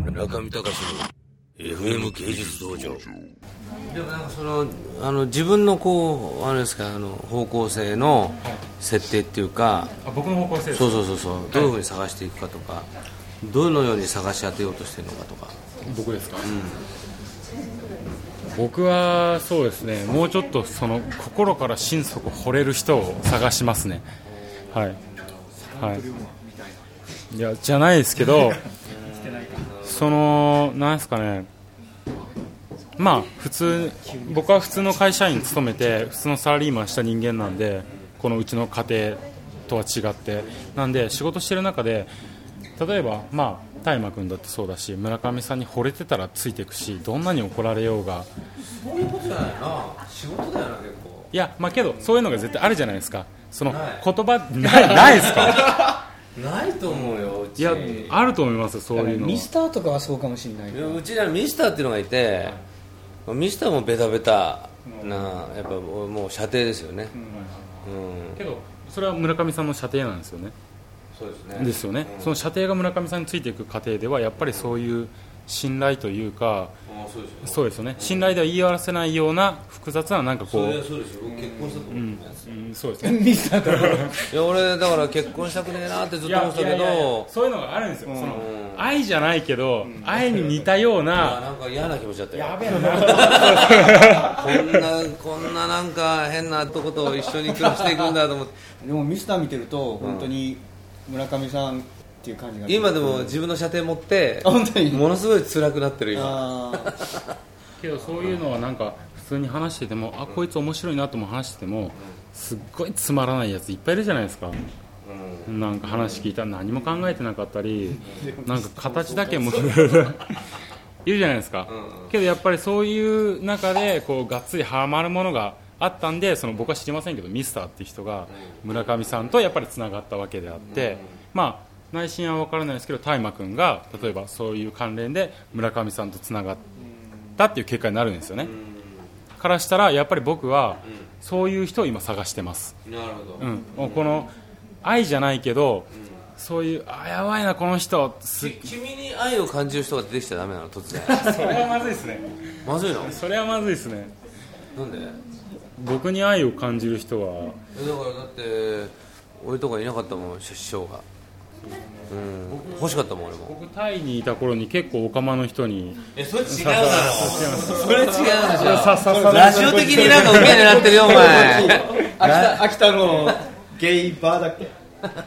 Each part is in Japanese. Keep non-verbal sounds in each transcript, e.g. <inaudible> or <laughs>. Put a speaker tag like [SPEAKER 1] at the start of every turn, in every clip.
[SPEAKER 1] 村上隆の FM 芸術道場でもなんかそのあの自分のこうあれですかあの方向性の設定っていうか、
[SPEAKER 2] あ僕の方向性です
[SPEAKER 1] そうそうそうそうどういうふうに探していくかとかどのように探し当てようとしてるのかとか
[SPEAKER 2] 僕ですか、僕はそうですねもうちょっとその心から心底惚れる人を探しますねはいはいいやじゃないですけ <laughs> どそのなんですかねまあ普通僕は普通の会社員に勤めて普通のサラリーマンした人間なんでこのうちの家庭とは違ってなんで仕事してる中で例えばまあ大麻君だってそうだし村上さんに惚れてたらついていくしどんなに怒られようが
[SPEAKER 1] そういうことじゃないな仕事だよな結構
[SPEAKER 2] いやまあけどそういうのが絶対あるじゃないですかその
[SPEAKER 1] ない
[SPEAKER 2] 言葉ないないです
[SPEAKER 3] <laughs>
[SPEAKER 2] か
[SPEAKER 1] ないと思うようち
[SPEAKER 2] いやあると思いますよそういうのは
[SPEAKER 3] ミスターとかはそうかもしれない
[SPEAKER 1] いやうちらミスターっていうのがいて、ミスターもベタベタなやっぱもう射程ですよね、うん、
[SPEAKER 2] けどそれは村上さんの射程なんですよね
[SPEAKER 1] そうですね
[SPEAKER 2] ですよね、
[SPEAKER 1] うん
[SPEAKER 2] その射程が村上さんについていく過程ではやっぱりそういう信頼というか
[SPEAKER 1] あそうですよ
[SPEAKER 2] そうですよね信頼では言い表せないような複雑ななんかこ
[SPEAKER 1] それは
[SPEAKER 2] う
[SPEAKER 1] そうですよ僕結婚したと思ったやつ、
[SPEAKER 2] うんそう
[SPEAKER 1] <laughs>
[SPEAKER 2] ですね
[SPEAKER 3] ミスターとか
[SPEAKER 1] いや俺だから結婚したくねえなってずっ
[SPEAKER 2] い
[SPEAKER 1] と思
[SPEAKER 2] や
[SPEAKER 1] っ
[SPEAKER 2] い
[SPEAKER 1] てた
[SPEAKER 2] や
[SPEAKER 1] け
[SPEAKER 2] いやいや
[SPEAKER 1] ど
[SPEAKER 2] そういうのがあるんですよ、その愛じゃないけど、愛に似たよう
[SPEAKER 1] いや
[SPEAKER 2] な、
[SPEAKER 1] なんか嫌な気持ちだったよ
[SPEAKER 2] やべえな、
[SPEAKER 1] こんなこんななんか変なとこと一緒に暮らしていくんだと思って
[SPEAKER 3] でもミスター見てると本当に村上さんっていう感じが
[SPEAKER 1] 今でも自分の射程持って
[SPEAKER 3] あ本当に
[SPEAKER 1] ものすごい辛くなってる今
[SPEAKER 3] あー
[SPEAKER 2] けどそういうのはなんか普通に話してても、あこいつ面白いなとも話してても、すっごいつまらないやついっぱいいるじゃないですか。なんか話聞いたら何も考えてなかったり、なんか形だけも <laughs> いるじゃないですか、けどやっぱりそういう中でこうがっつりハマるものがあったんでその僕は知りませんけどミスターっていう人が村上さんとやっぱりつながったわけであって、まあ内心は分からないですけど大麻君が例えばそういう関連で村上さんとつながったっていう結果になるんですよね、からしたらやっぱり僕はそういう人を今探してます、
[SPEAKER 1] なるほど、
[SPEAKER 2] うん、もうこの愛じゃないけど、そういうあやばいなこの人す
[SPEAKER 1] き君に愛を感じる人が出てきちゃダメなの突然 <laughs>
[SPEAKER 2] それはまずいですね
[SPEAKER 1] まずいの
[SPEAKER 2] それはまずいですね
[SPEAKER 1] なんで
[SPEAKER 2] 僕に愛を感じる人は
[SPEAKER 1] えだからだって俺とかいなかったもん師匠が、うん、欲しかったもん俺も
[SPEAKER 2] 僕タイにいた頃に結構オカマの人に
[SPEAKER 1] えそれ違うだろそれ違うでし
[SPEAKER 2] ささ
[SPEAKER 1] ょラジオ的になんか受け狙ってるよお前
[SPEAKER 3] 秋田秋田のゲイバーだっけ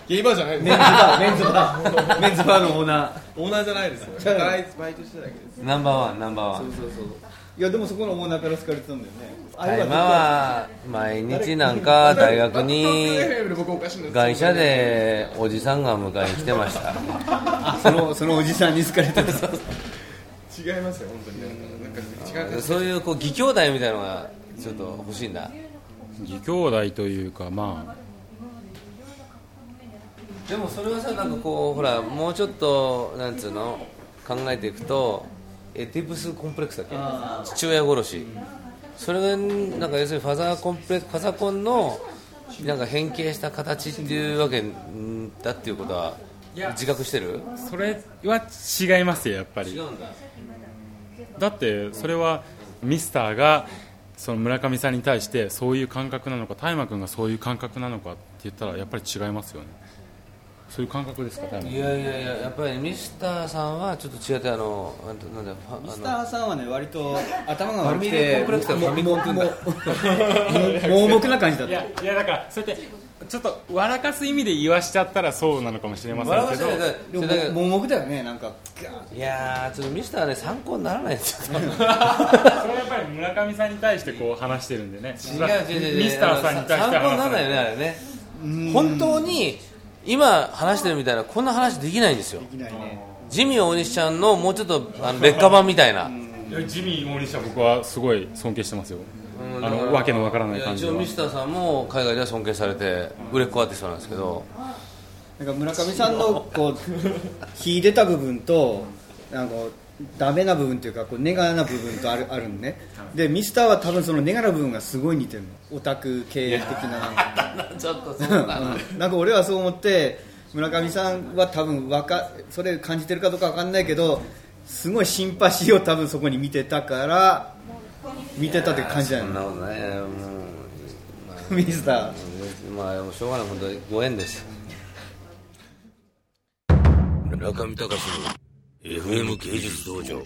[SPEAKER 4] ゲイバーじゃない
[SPEAKER 3] メンズバーメンズバーメンズバーのオーナー
[SPEAKER 4] オーナーじゃないですよ働いてバイトしてただけです
[SPEAKER 1] ナンバーワンナンバーワン
[SPEAKER 3] いやでもそこのオーナーから好かれてたんだよねあ
[SPEAKER 1] 大
[SPEAKER 3] れ
[SPEAKER 1] 麻は毎日なんか大学に
[SPEAKER 4] 東京 FM で僕おかしいんです
[SPEAKER 1] 外車でおじさんが迎えに来てました
[SPEAKER 3] あそのそのおじさんに好かれてた
[SPEAKER 4] 違いますよ本当になんかなんか違う
[SPEAKER 1] そういうこう義兄弟みたいなのがちょっと欲しいんだ
[SPEAKER 2] 義兄弟というかま
[SPEAKER 1] でもそれはさなんかこうほらもうちょっとなんつうの考えていくとエティプスコンプレックスだっけ父親殺しそれがなんか要するにファザーコンプレックファザコンのなんか変形した形っていうわけんだっていうことは自覚してる
[SPEAKER 2] あそれは違いますよやっぱり
[SPEAKER 1] うんだ
[SPEAKER 2] だってそれはミスターがその村上さんに対してそういう感覚なのか大麻君がそういう感覚なのかって言ったらやっぱり違いますよねそういう感覚ですか大麻
[SPEAKER 1] い
[SPEAKER 2] 君
[SPEAKER 1] やいやいややっぱりミスターさんはちょっと違ってあのなんてなんだよファ
[SPEAKER 3] ミスタ
[SPEAKER 1] あの
[SPEAKER 3] ーさんはね割と頭が
[SPEAKER 1] 悪
[SPEAKER 3] 悪
[SPEAKER 1] く
[SPEAKER 3] く
[SPEAKER 1] て
[SPEAKER 3] て盲目な感じだっ
[SPEAKER 2] い
[SPEAKER 3] た
[SPEAKER 2] やいやだからそうやってちょっと笑かす意味で言わしちゃったらそうなのかもしれませんけど
[SPEAKER 1] 笑わせないで
[SPEAKER 3] でも
[SPEAKER 1] それだけ
[SPEAKER 3] 盲目だよねなんか
[SPEAKER 1] いやーちょっとミスターはね参考にならないんです <laughs> よ
[SPEAKER 2] それはやっぱり村上さんに対してこう話してるんでね
[SPEAKER 1] 違う違う違う
[SPEAKER 2] ミスターさんに対し
[SPEAKER 1] 参
[SPEAKER 2] て
[SPEAKER 1] 考に
[SPEAKER 2] 話
[SPEAKER 1] なら
[SPEAKER 2] さ
[SPEAKER 1] ないよ
[SPEAKER 2] ない
[SPEAKER 1] ねあれね本当に今話してるみたいなこんな話できないんですよ
[SPEAKER 3] いきないね
[SPEAKER 1] ジミー大西ちゃんのもうちょっとあの劣化版みたいな、
[SPEAKER 2] いやジミー大西は僕はすごい尊敬してますよ
[SPEAKER 1] うん
[SPEAKER 2] あ
[SPEAKER 1] だから
[SPEAKER 2] のわけのわからない感じ
[SPEAKER 1] や
[SPEAKER 2] は
[SPEAKER 1] 一応ミスターさんも海外では尊敬されて売れっ子アーティストなんですけど
[SPEAKER 3] なんか村上さんのこう秀でた部分となんかこうダメな部分というかこうネガな部分とあるあるのねでミスターは多分そのネガな部分がすごい似てるのオタク系的ななんか
[SPEAKER 1] <laughs> ちょっとそ
[SPEAKER 3] うんなんか俺はそう思って村上さんは多分わかそれ感じてるかどうかわかんないけどすごいシンパシーを多分そこに見てたから見てたって感じじゃ
[SPEAKER 1] <laughs> そん
[SPEAKER 3] な
[SPEAKER 1] ないことないもう
[SPEAKER 3] のミスター
[SPEAKER 1] まあ、まあ、しょうがない本当にご縁です
[SPEAKER 5] 村上隆の FM 芸術道場。